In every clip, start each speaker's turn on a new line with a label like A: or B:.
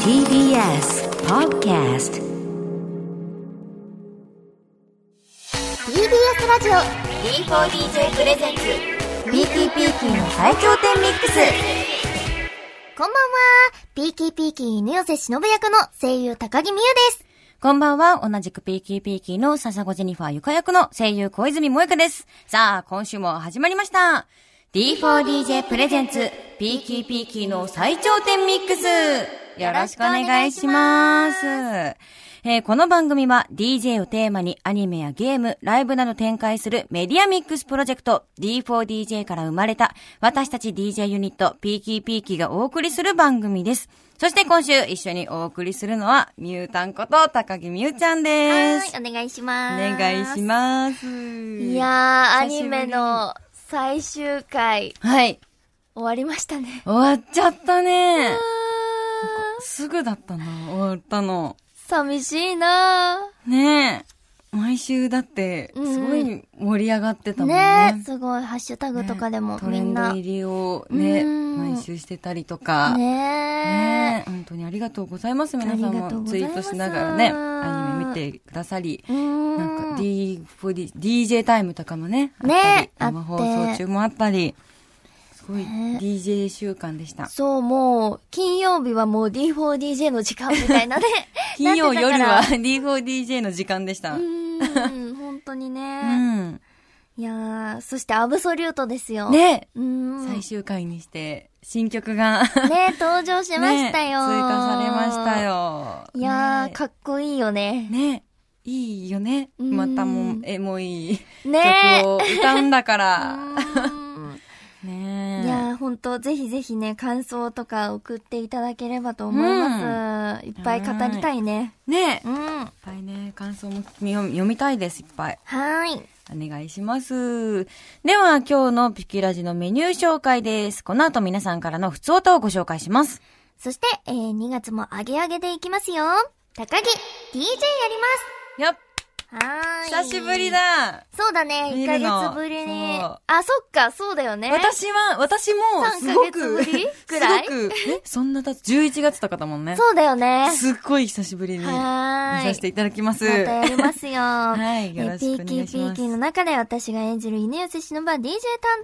A: TBS Podcast
B: TBS ラジオ
C: D4DJ プレゼンツ
A: PTPT の最強点ミックス
B: こんばんはピーキーピーキー犬寄せ忍役の声優高木美優です
A: こんばんは、同じくピーキーピーキーの笹子ジェニファーゆか役の声優小泉萌香です。さあ、今週も始まりました。D4DJ プレゼンツ、ピーキーピーキーの最頂点ミックス。よろしくお願いします。えーこの番組は DJ をテーマにアニメやゲーム、ライブなど展開するメディアミックスプロジェクト D4DJ から生まれた私たち DJ ユニットピーキーピーキーがお送りする番組です。そして今週一緒にお送りするのはミュータンこと高木ミューちゃんです。
B: はいお願いし
A: お
B: ます
A: 願いします。
B: い
A: い
B: やーアニメの最終回
A: はい。
B: 終わりましたね
A: 終わっちゃったね。
B: あー
A: すぐだったな、終わったの。
B: 寂しいな
A: ねえ。毎週だって、
B: うんうん
A: すごい盛り上がってたも
B: ー
A: ん
B: ね
A: ね。
B: えすごいハッシュタグとかでも
A: ト
B: み
A: レ
B: ん
A: ンド
B: な
A: 入りをね、
B: うん
A: 毎週してたりとか。
B: ね
A: ねえ本当にありがとうございます。皆さ
B: あ
A: ん
B: りがとう
A: も
B: ご
A: ツ
B: ざい
A: イ
B: ま
A: ー
B: す
A: トしながらね、アニメ見てくださり
B: え、う。ん
A: なんか D4D、DJ タイムとかもね、あったり
B: ねえ
A: 生放
B: あっ
A: 送
B: て
A: 中もあったり、すごい
B: ね
A: DJ 週間でした。。
B: そう、もう、金曜日はもう D4DJ の時間みたい なね
A: 金曜夜は
B: なって
A: D4DJ の時間でしたた。
B: からう
A: う
B: ーん、本当にね。
A: ん。
B: いやー、そしてアブソリュートですよ。。
A: ねえ
B: うーん。
A: 最終回にして、新曲が、
B: ね、登場しました よ。
A: ね追加されました。よ。
B: いやー、
A: ね
B: かっこいいよね。
A: ねいいよね。
B: うん
A: またも、エモい
B: ね
A: 曲を歌うんだか
B: う
A: ら。
B: ーん
A: ね
B: いやー、ほんと、ぜひぜひね、感想とか送っていただければと思います。いっぱい語りたいね。
A: ねいっ
B: うん。は
A: ぱいね、感想も読み読みたいです、いっぱい。
B: ーい。
A: お願いします。では、今日のピキラジのメニュー紹介です。この後皆さんからの普通音をご紹介します。
B: そして、えー、2月もアゲアゲでいきますよ。高木、DJ やり
A: やっ、
B: ます。はーい。
A: 久しぶり。だ、
B: そうだね、
A: 見
B: 1
A: る
B: ヶ
A: の
B: 月ぶりに。
A: そう
B: あ、そっか、そうだよね。
A: 私は、私も、すごく、
B: 3ヶ月ぶりくらい
A: すごく、え、そんな経つ、11月とかだもんね。
B: そうだよね。
A: すっごい久しぶりに見
B: はーい。
A: させていただきます。
B: またやりま すよ。はい
A: よろしくお願いします
B: ピーキーピーキーの中で私が演じる犬寄せ忍は DJ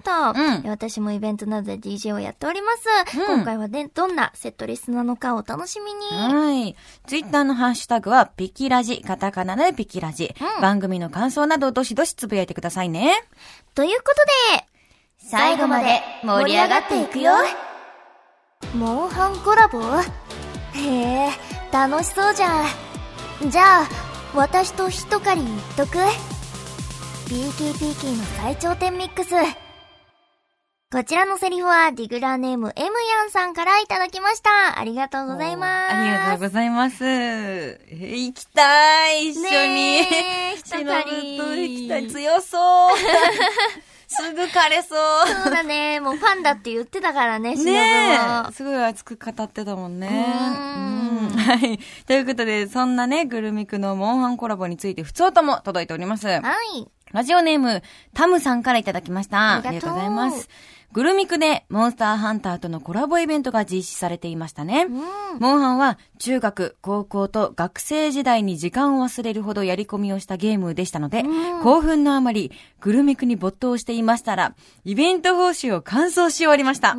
B: 担当。
A: うん
B: え私もイベントなどで DJ をやっております。
A: うん
B: 今回はね、どんなセットリストなのかお楽しみに。
A: はい。ツイッターのハッシュタグは、ピキラジ、カタカナでピキラジ。
B: うん
A: 番組の感想などをどしどしつぶやいてくださいね。
B: ということで、最後まで盛り上がっていくよモンハンコラボへえ楽しそうじゃんじゃあ私と一狩り言っとく BKPK の最頂点ミックスこちらのセリフはディグラーネーム M ヤンさんからいただきましたありがとうございます
A: ありがとうございます。え行きたい、一緒に。
B: ねえ一狩
A: 忍
B: り
A: と行きたい、強 そう。すぐ枯れそう。
B: そうだねもうファンだって言ってたからね忍も
A: ねえ、すごい熱く語ってたもんね。
B: うん
A: うんはい。ということで、そんなね、ぐるみくのモンハンコラボについて、普通とも届いております。
B: はい
A: ラジオネーム、タムさんからいただきました。
B: ありがとう
A: ございます。グルミクで、モンスターハンターとのコラボイベントが実施されていましたね。
B: うん
A: モンハンは中学、高校と学生時代に時間を忘れるほどやり込みをしたゲームでしたので、
B: うん
A: 興奮のあまり、グルミクに没頭していましたら、イベント報酬を完走し終わりました。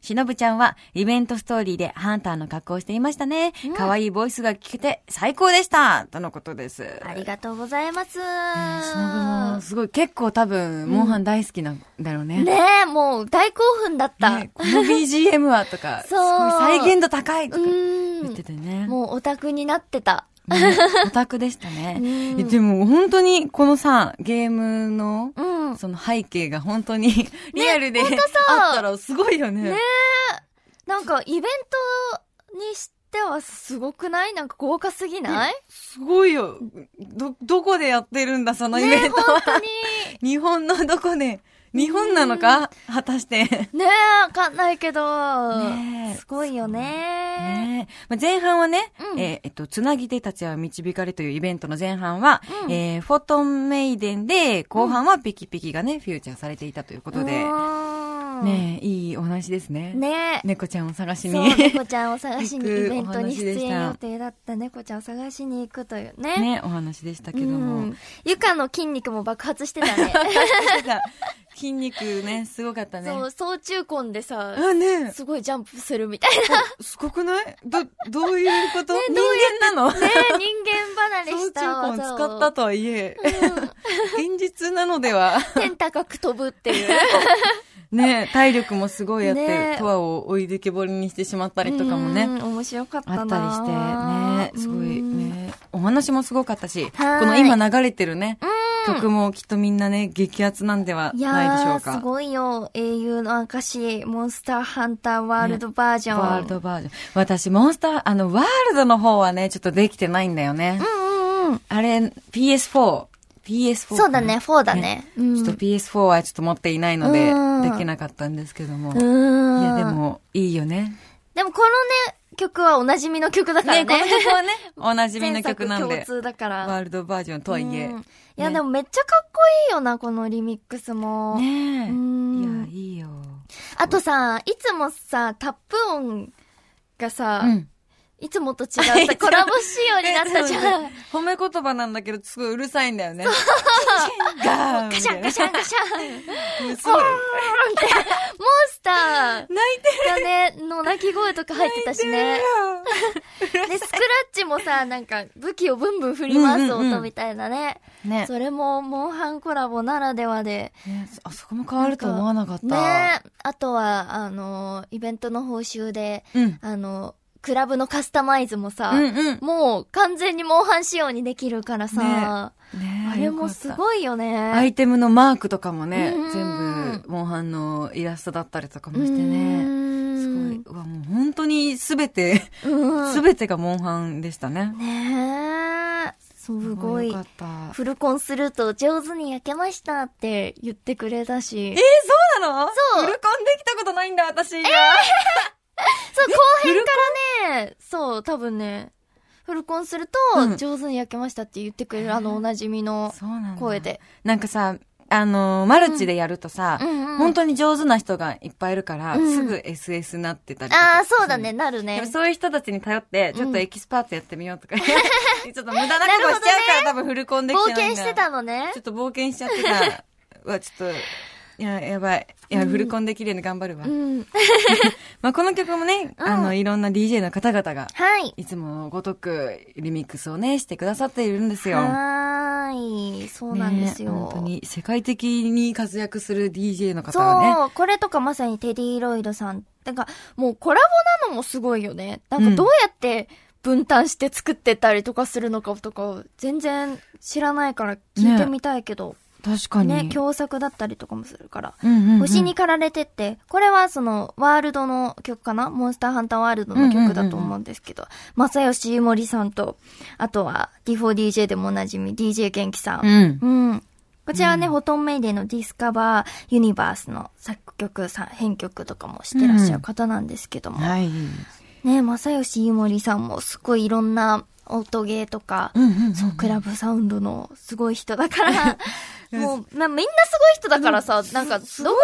A: しのぶちゃんは、イベントストーリーでハンターの格好をしていましたね。可愛いボイスが聞けて最高でしたとのことです。
B: ありがとうございます。
A: ねしのぶもすごい結構多分、モンハン大好きなんだろうね。
B: ねえ、もう大興奮だった。
A: ねこの BGM はとか、す
B: そう
A: ごい再現度高いうとか言って
B: ー
A: てね。
B: ん。もうオタクになってた。
A: ねオタクでしたね
B: う。ん
A: えでも本当にこのさ、ゲームの、
B: うん。
A: その背景が本当に リアルで、あったらすごいよね。
B: ねなんかイベントにしてはすごくないなんか豪華すぎない
A: すごいよ。ど、どこでやってるんだ、そのイベント
B: 本
A: は。
B: 当に。
A: 日本のどこで、日本なのか果たして。
B: ねえ、わかんないけど。
A: ねえ
B: すごいよね。
A: ねえまあ、前半はね、
B: うん
A: えーえっと、つなぎ手たちは導かれというイベントの前半は、
B: うん
A: えーフォトンメイデンで、後半はピキピキがね、フューチャーされていたということで、
B: うーんうん。
A: ねえ、いいお話ですね。
B: ねえ。
A: 猫ちゃんを探し
B: そう、
A: に。
B: 猫ちゃんを探しに、
A: 行く
B: イベントに出
A: お話でし
B: 演
A: た
B: 予定だった猫ちゃんを探しに行くというね。
A: ね、お話でしたけ
B: う
A: ども
B: ん。。ゆかの筋肉も爆発してたね。
A: 筋肉 ね、すごかったね。
B: そう、総中根でさ、
A: あ、ね
B: すごいジャンプするみたいな。
A: えすごくないど、どういうこと、人間なの
B: ね人間離れ
A: 小
B: した
A: 中根
B: 技を。
A: 使ったとはいえ、現実なのでは、
B: 天高く飛ぶって いう。
A: ね、体力もすごいあっ
B: ね
A: て、トアを追い出けぼりにしてしまったりとかもね、
B: うん面白かった
A: あった
B: な
A: りして、ね、すごい
B: うん
A: ね、お話もすごかったし、こ
B: はーい
A: の今流れてるね、
B: うん
A: 曲もきっとみんなね、激アツなんではいないでしょ
B: や
A: う
B: ー、す
A: か。
B: ごいよ。英雄の証、モンスターハンターワールドバージョン。
A: ワールドバージョン。私、モンスター、あの、ワールドの方はね、ちょっとできてないんだよね。
B: うんうんうん。
A: あれ、PS4。PS4 かな。
B: そうだね、4だね。う
A: ちょ
B: ん
A: っと PS4 はちょっと持っていないので
B: うん、
A: できなかったんですけども。い
B: うん。
A: や、で。も、いいよね。
B: でもこのね、曲はおなじみの曲だからね。
A: ね、この曲はね、 おなじみの
B: 全
A: 曲
B: 作
A: なん
B: 共
A: で、
B: 通だから。
A: ワールドバージョンとはいえ
B: うん。いや、
A: ね
B: でもめっちゃかっこいいよな、このリミックスも。
A: ねえ。
B: うん
A: いや、いいよ。
B: あとさ、いつもさ、タップ音がさ、
A: うん。
B: いつもと違 うさ、コラボ仕様になったじゃん。
A: 褒め言葉なんだけど、すごいうるさいんだよね。ガーン
B: ガシャンガシャンガシ ャン。
A: ン。すごい
B: モンスター
A: 泣いて
B: がね、の鳴き声とか入ってたしね。で、スクラッチもさ、なんか武器をブンブン振り回す
A: うんうんうん
B: 音みたいなね。
A: るよ。ね。
B: それも、モンハンコラボならではで。
A: ねあそこも変わると思わなかった。
B: ねあとは、あの、イベントの報酬で、
A: うん。
B: あの、クラブのカスタマイズもさ、
A: うんうん。
B: もう完全にモンハン仕様にできるからさ、
A: ね
B: あれもす
A: い。
B: ごいよね。
A: アイテムのマークとかもね
B: うん、
A: 全部、モンハンのイラストだったりとかも
B: う
A: してね。
B: ーん
A: すごい。。うわ、もう本当にすべて、
B: うん
A: すべてがモンハンでしたね。
B: ねえ。すごい
A: よか。った。
B: フルコンすると上手に焼けましたって言ってくれたし
A: えー。、そうなの
B: そう
A: フルコンできたことないんだ、私。え
B: そう、後編からね、そう、多分ね、フルコンする
A: う
B: と
A: ん
B: 上手に焼けましたって言ってくれる、あの、おなじみの
A: そうなんだ。
B: 声。で。
A: なんかさ、あのー、マルチでやるとさ、
B: うん
A: 本
B: 当
A: 当に上手な人がいっぱいいるから、
B: うん
A: すぐ SS なってたりとか。
B: ああ、そうだね、なる
A: で
B: ね
A: も。そういう人たちに頼って、ちょっとエキスパートやってみようと か、ちょっと無駄なことし
B: なるほど
A: ち
B: ね
A: ゃうから、多分フルコンでき
B: 冒
A: てない
B: 険
A: んだ
B: してたのね
A: ちょ。っと冒険しちゃってた。 うわ、ちょっと、いや、やばい。いや、
B: うん
A: フルコンできるように頑張るわ。
B: うん。
A: まあ、この曲もね、
B: うん
A: あの、いろんな DJ の方々が、
B: はい。
A: いつもごとくリミックスをね、してくださっているんですよ。
B: はーい。そうなんですよ。
A: ね本当に、世界的に活躍する DJ の方はね、
B: そう、これとかまさにテディ・ロイドさん。なんか、もうコラボなのもすごいよね。なん
A: う
B: か
A: ん
B: どうやって分担して作ってたりとかするのかとか、全然知らないから聞いてみたいけど、
A: 確かに。
B: ね、共作だったりとかもするから。
A: うんうんうん
B: 星に駆られてって、これはその、ワールドの曲かなモンスターハンターワールドの曲だと思うんですけど、正義森さんと、あとは D4DJ でもおなじみ DJ 元気さん
A: うん。
B: うん。こちらはね、ホトンメイデンのディスカバーユニバースの作曲さん、編曲とかもしてらっしゃる方なんですけども。
A: はい。
B: ね、正義ゆもりさんもすごいいろんな音ゲーとか、
A: うんうんうん。
B: クラブサウンドのすごい人だ から、
A: うん
B: もう、まあ、みんなすごい人だからさ、なんか、どこ、どこ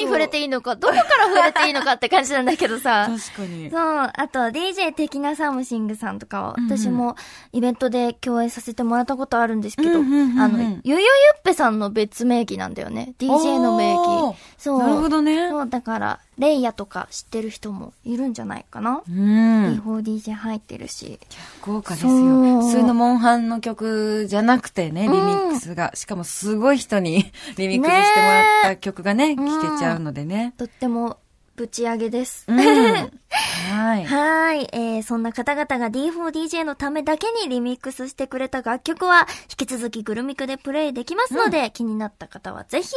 B: に触れていいのか、どこから触れていいのかって感じなんだけどさ。
A: 確かに
B: そう、。あと DJ 的なサムシングさんとかは、
A: うんうん
B: 私もイベントで共演させてもらったことあるんですけど、
A: うんうんうんうん
B: あの、ゆゆゆっぺさんの別名義なんだよね。DJ の名
A: おー。
B: 義そう。
A: なるほどね。
B: そう、だから、レイヤとか知ってる人もいるんじゃないかな。
A: うん。
B: D4DJ 入ってるし。
A: 豪華ですよ。
B: そう
A: 普通のモンハンの曲じゃなくてね、リ
B: うん
A: ミックスが。しかもすごい人に リミックスしてもらった曲がね、
B: うん
A: 聴けちゃうのでね。
B: とっても、ぶち上げです。
A: うん。はい。
B: はーい。えー、そんな方々が D4DJ のためだけにリミックスしてくれた楽曲は、引き続きグルミクでプレイできますので、気になった方はぜひ、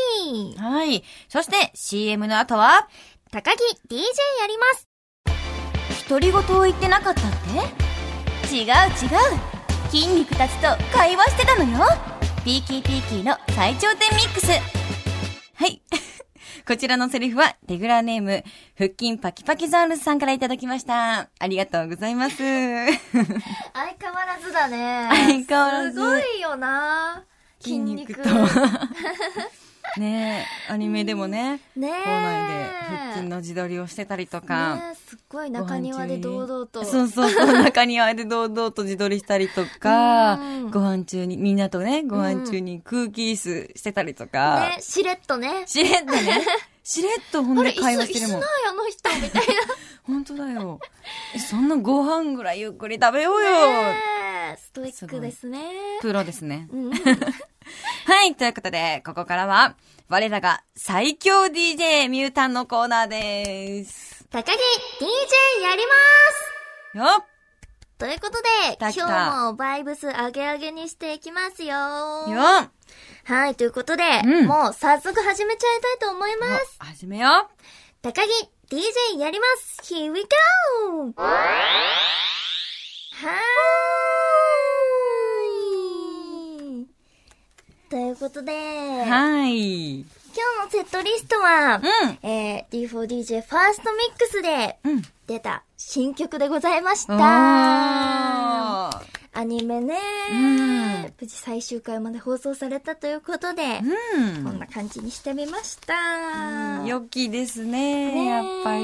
A: はい。そして CM の後は、
B: 高木 DJ やります
A: 独り言を言ってなかったって
C: 違う違う筋肉たちと会話してたのよピーキーピーキーの最頂点ミックス
A: はい。 こちらのセリフは、レギュラーネーム、腹筋パキパキザールズさんからいただきました。ありがとうございます。
B: 相変わらずだ
A: 相
B: ね
A: 変わらず
B: すごいよな
A: 筋肉と
B: 筋肉
A: ねえ、アニメでもね、
B: ねえ
A: 校内で腹筋の自撮りをしてたりとか。
B: ねえすっごい中庭で堂々と。
A: そうそうそう、中庭で堂々と自撮りしたりとか
B: うん、
A: ご飯中に、みんなとね、ご飯中に空気椅子してたりとか、
B: ね、しれっとね。
A: しれっと ね、しれっとほん
B: あ
A: で
B: れ、椅
A: 会
B: 子、
A: 話し
B: 椅
A: てる
B: 子
A: もん
B: ない。あの人みたい
A: 本当だよ。えそんなご飯ぐらいゆっくり食べようよ。
B: な。ねえストイックですね。
A: プロですね。
B: うん。
A: はい、ということで、ここからは、我らが最強 DJ ミュータンのコーナーです。
B: 高木 DJ やります
A: よっ
B: ということ
A: た来
B: で、
A: た
B: 今日もバイブス上げ上げにしていきますよ
A: よっ
B: はい、ということで、
A: うん
B: もう早速始めちゃいたいと思います
A: お始めよう
B: 高木 DJ やります !Here we go! はーいということで、今
A: はい。
B: 日のセットリストは、
A: う
B: えー、D4DJ ファーストミックスで
A: ん。うん。
B: 出た新曲でございました。
A: あー
B: アニメね、
A: うん
B: 無事最終回まで放送されたということで、こん
A: う
B: な感じにしてみました。
A: ん。良きですね、
B: ねえ
A: やっぱ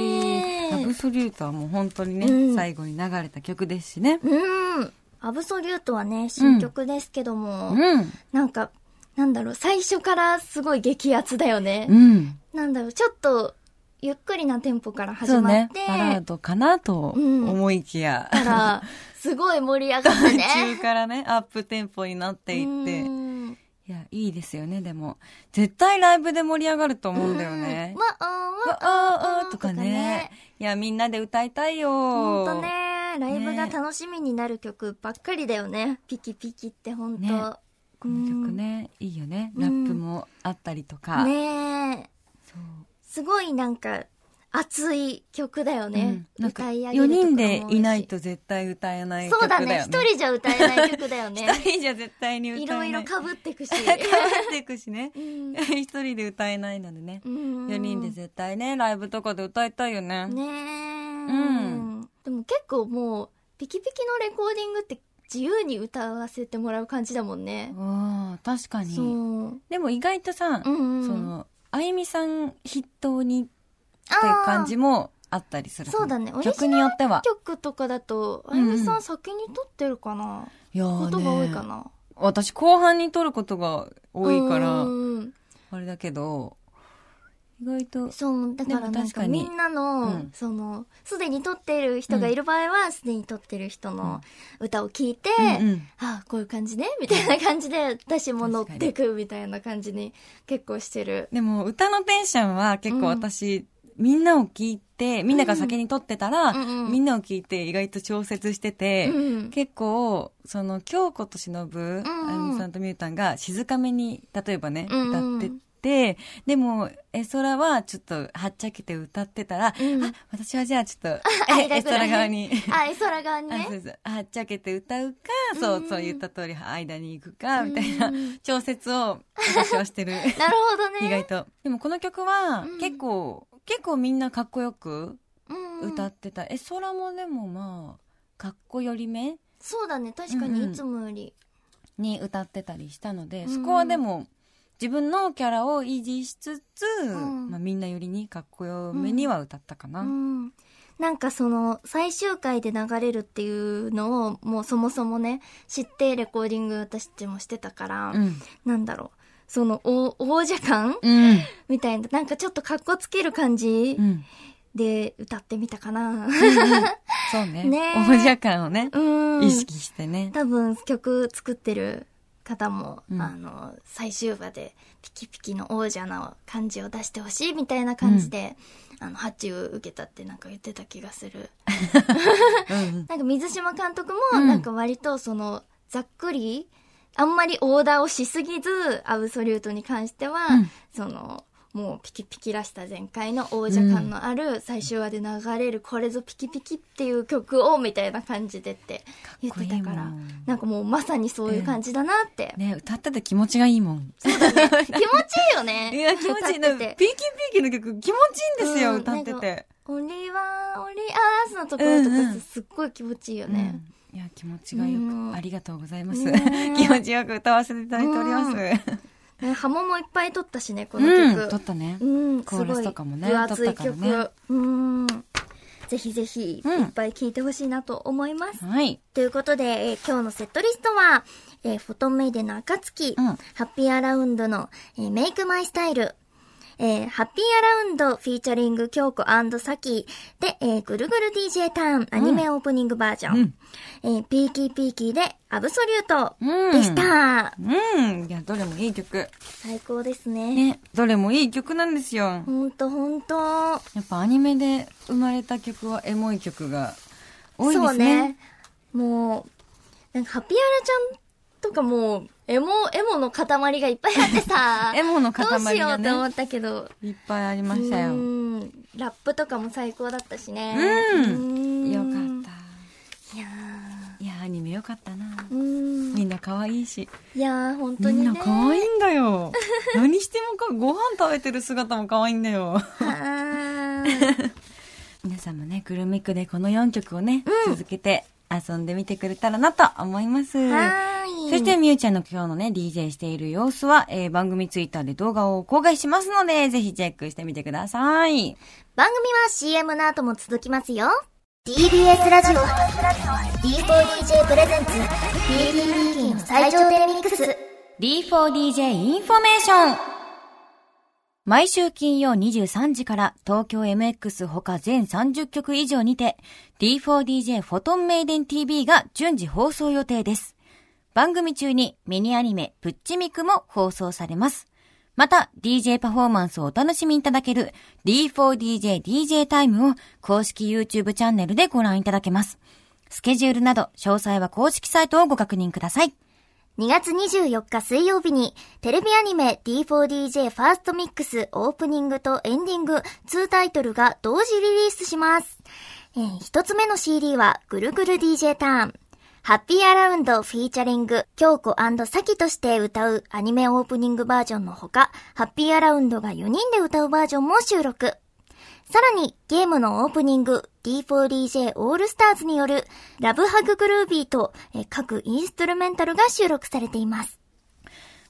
A: り。ラブソリュートはもう本当にね、
B: うん
A: 最後に流れた曲ですしね。
B: うん。アブソリュートはね、新曲ですけども、
A: うん。
B: なんか、なんだろう、最初からすごい激アツだよね。
A: うん。
B: なんだろう、ちょっと、ゆっくりなテンポから始
A: そう
B: まっ
A: ね
B: て、。
A: バラードかなと思いきや、
B: たら、すごい盛り上がったね。
A: 途中からね、アップテンポになっていって。
B: うん
A: いや、いいですよね、でも。絶対ライブで盛り上がると思うんだよね
B: うん。わおー
A: わ
B: わ
A: あ
B: おー
A: あとかね。。いや、みんなで歌いたいよ。
B: ほんとね、ライブが楽しみになる曲ばっかりだよね。ピキピキってほんと。
A: ねこの曲
B: うん。
A: ね、いいよね。
B: うん
A: ラップもあったりとか。
B: ねえ。
A: そう
B: すごいなんか、熱い曲だよね。
A: うんなんか、
B: 歌い上げ
A: 4
B: るところ
A: 人
B: も多
A: で
B: し
A: いない。と絶対歌えない
B: そ
A: 曲
B: う
A: だ
B: だ
A: よね。
B: ね。一人じゃ歌えない曲だよね。
A: 一人じゃ絶対に歌
B: い
A: えな
B: ろ
A: い。
B: いろ
A: か
B: 被っ てくし。
A: っていくしね
B: う。ん
A: 一人で歌えないのでね。
B: うん
A: 4人で絶対ね、ライブとかで歌いたいよね。
B: ねえ。でも結構もう、ピキピキのレコーディングって自由に歌わせてもらう感じだもんね。
A: ああ、確か
B: そう。
A: に。でも意外とさ、
B: うんうん
A: その、あゆみさん筆頭にって
B: あー
A: 感じもあったりするかも
B: そうだねオリジナル
A: 曲によっては。
B: 曲とかだと、
A: う
B: あ
A: ん
B: ゆみさん先に撮ってるかな、
A: いやーね
B: ことが多いかな
A: 私後半に撮ることが多いから
B: う、ん
A: あれだけど、意外と、
B: そう、だから
A: でも
B: なん
A: 確
B: か
A: かに
B: みんなの、
A: うん
B: その、すでに撮ってる人がいる場合は、すでに撮ってる人の歌を聞いて、
A: うんうん
B: あこういう感じね、みたいな感じで、私も乗ってくみたいな感じに結構してる。
A: でも歌のテンションは結構
B: うん
A: 私、みんなを聞いて、みんなが先に撮ってたら、
B: うんうん
A: みんなを聞いて意外と調節して
B: う
A: て、
B: ん。
A: 結構、その、京子と忍、ぶ
B: うん
A: あゆみさんとみゆたんが静かめに、例えばね、
B: うんうん
A: 歌ってて、でも、え、そらはちょっとはっちゃけて歌ってたら、
B: うん
A: あ、私はじゃあちょっ と、え
B: 間ぐらい
A: エストラ側に。
B: あ、絵空側に
A: あ
B: ね
A: そ。うそうはっちゃけて歌うか、
B: う
A: そ
B: んう
A: うんそう言った通り間に行くかみたい
B: うん
A: な
B: うん
A: 調節を私はしてる
B: なるほどね。
A: 意外とでもこの曲は
B: うん
A: 結構、結構みんなかっこよく
B: うん
A: 歌ってた、え空もでもまあかっこよりめ
B: そうだね、確かに
A: うんうん
B: いつもより。
A: に歌ってたりしたので、
B: うん
A: そこはでも自分のキャラを維持しつつ、
B: ん
A: まあ、みんなよりにかっこよめには歌ったかな、
B: うん。なんかその、最終回で流れるっていうのを、もうそもそもね、知ってレコーディング私たちもしてたから、
A: うん
B: なんだろう。その、お王者感
A: うん
B: みたいな、なんかちょっと格好つける感じ
A: うん
B: で歌ってみたかな。
A: そうね
B: ねえ
A: 王者感をね、
B: うん。
A: 意識してね
B: 多分曲作ってる方も、
A: うん
B: あの、最終話でピキピキの王者の感じを出してほしいみたいな感じで、あの、発注受けたってなんか言ってた気がする。
A: うんうん
B: なんか水島監督
A: う
B: も、
A: ん
B: なんか割とその、ざっくり、あんまりオーダーをしすぎず、アブソリュートに関しては、
A: うん
B: その、もうピキピキらした全開の王者感のある最終話で流れるこれぞピキピキっていう曲をみたいな感じでって言ってたから
A: かっこいいもん
B: なんかもうまさにそういう感じだなって、
A: ね、歌ってて気持ちがいいもん。
B: 気持ちいいよね
A: いや、気持ちいい。
B: 歌
A: な
B: っ
A: ん
B: て
A: か
B: て
A: ピーキーピーキーの曲気持ちいいんですよ、
B: うん
A: 歌ってて。
B: オンリーワンオンリーアースのところと
A: うんう
B: か
A: ん
B: すっごい気持ちいいよね、
A: うんいや、気持ちがよ
B: うん
A: く、ありがとうございます。
B: ね
A: 気持ちよく歌わせていただいております。
D: ね、波紋もいっぱい取ったしね、この
A: うん、撮
D: 曲
A: っ。たね。
D: うん、
A: コーラスとかもね
D: すごい分厚い
A: 撮った
D: 曲。
A: からね
D: うん。ぜひぜひ、
A: うん
D: いっぱい聴いてほしいなと思います。
A: はい。
D: ということで、えー今日のセットリストは、えーフォトメイデの暁、
A: うん
D: ハッピーアラウンドの、えーメイクマイスタイル、えーハッピーアラウンドフィーチャリング京子サキで、えーぐるぐる DJ ターンアニメオープニングバージョン、えーピーキーピーキーでアブソリュー
A: うん
D: トでした。
A: うん。いや、どれもいい曲。
D: 最高ですね。
A: ね。どれもいい曲なんですよ。
D: ほんとほんと。
A: やっぱアニメで生まれた曲はエモい曲が多いで
D: そう
A: すね。
D: ね。もう、なんかハピアラちゃんとかもう、エモ、エモの塊がいっぱいあってさ
A: 。エモの塊がね
D: どうしようって思ったけど。
A: いっぱいありました
D: う
A: よ。
D: んラップとかも最高だったしね。
A: うん。よかっ
D: た。いや
A: た。いや、アニメよかったな。
D: ーうん。
A: みんな可愛いし。
D: いやー、本当
A: み
D: に
A: ん
D: ね。
A: な可愛いんだよ。 何してもか、ご飯食べてる姿も可愛いんだよ。
D: はーい
A: 皆さんもね、くるみくでこの4曲をね、続けて遊んでみてくれたらなと思います。
D: はーい。
A: そして、みゆちゃんの今日のね、DJ している様子は、えー番組ツイッターで動画を公開しますので、ぜひチェックしてみてください。
D: 番組は CM の後も続きますよ。
B: TBS ラジオ D4DJ プレゼンツ PDP の最頂点ミックス
A: D4DJ インフォメーション毎週金曜23時から東京 MX 他全30曲以上にて D4DJ フォトンメイデン TV が順次放送予定です。番組中にミニアニメプッチミクも放送されます。また DJ パフォーマンスをお楽しみいただける D4DJDJ タイムを公式 YouTube チャンネルでご覧いただけます。スケジュールなど詳細は公式サイトをご確認ください。
B: 2月24日水曜日に、テレビアニメ D4DJ ファーストミックスオープニングとエンディング2タイトルが同時リリースします。えー一つ目の CD は、ぐるぐる DJ ターン。ハッピーアラウンドフィーチャリング、京子サキとして歌うアニメオープニングバージョンのほか、ハッピーアラウンドが4人で歌うバージョンも収録。さらに、ゲームのオープニング、D4DJ オールスターズによる、ラブハググルービーと、えー各インストゥルメンタルが収録されています。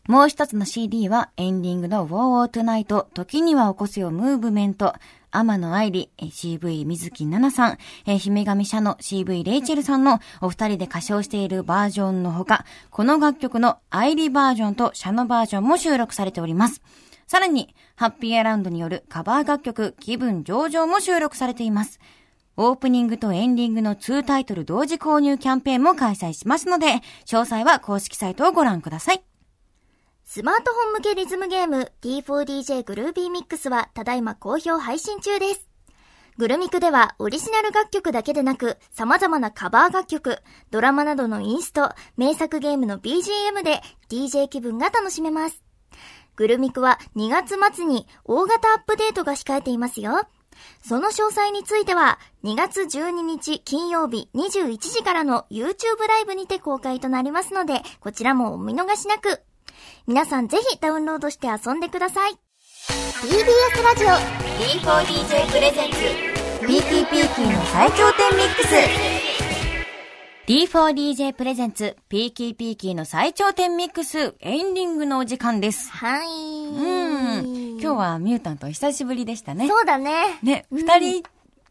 A: もう一つの CD はエンディングの Wow Tonight、時には起こすよムーブメント、天野愛理、え CV 水木奈々さん、え姫神社の CV レイチェルさんのお二人で歌唱しているバージョンのほか、この楽曲の愛理バージョンと社のバージョンも収録されております。さらに、ハッピーアラウンドによるカバー楽曲、気分上々も収録されています。オープニングとエンディングの2タイトル同時購入キャンペーンも開催しますので、詳細は公式サイトをご覧ください。
B: スマートフォン向けリズムゲーム D4DJ グルービーミックスはただいま好評配信中です。グルミクではオリジナル楽曲だけでなく様々なカバー楽曲、ドラマなどのインスト、名作ゲームの BGM で DJ 気分が楽しめます。グルミクは2月末に大型アップデートが控えていますよ。その詳細については2月12日金曜日21時からの YouTube ライブにて公開となりますのでこちらもお見逃しなく。皆さんぜひダウンロードして遊んでください TBS ラジオ D4DJ プレゼンツ
A: PTPT の最強点ミックス D4DJ プレゼンツ PKPK の最頂点ミックスエンディングのお時間です。
B: は
A: う
B: ーい
A: ん。今日はミュータント久しぶりでしたね。
B: そうだね
A: ね、二人っ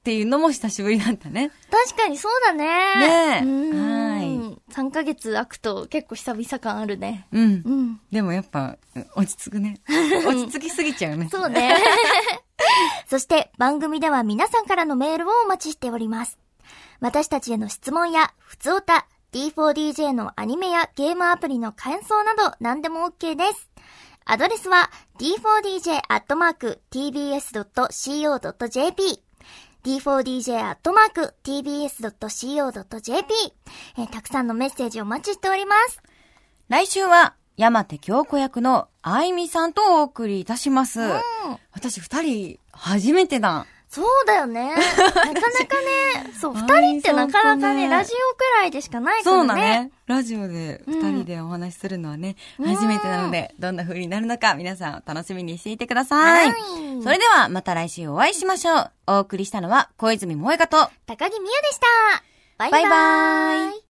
A: ていうのも久しぶりだったね。
D: 確かにそうだ
A: ね
D: ね。
A: え
D: うん。3ヶ月空くと結構久々感あるね。
A: うん。
D: うん。
A: でもやっぱ落ち着く ね。落ち着きすぎちゃうね。
D: そうね。
B: そして番組では皆さんからのメールをお待ちしております。私たちへの質問や、ふつおた、D4DJ のアニメやゲームアプリの感想など何でも OK です。アドレスは d4dj.tbs.co.jp d4dj.tbs.co.jp えーたくさんのメッセージお待ちしております。
A: 来週は山手京子役のあいみさんとお送りいたします。私二人初めてだ。
D: そうだよ ね。なかなかね、そう、二人ってなかなか
A: あーそう
D: ね、
A: ね
D: ラジオくらいでしかないか
A: そう
D: ら
A: だ
D: ね。
A: ね。ラジオで二人でお話しするのはね、初めてなので、どんな風になるのか皆さんお楽しみにしていてください。
B: はい
A: それではまた来週お会いしましょう。お送りしたのは小泉萌香と、
B: 高木美優でしたバイバ
A: バイバ
B: イ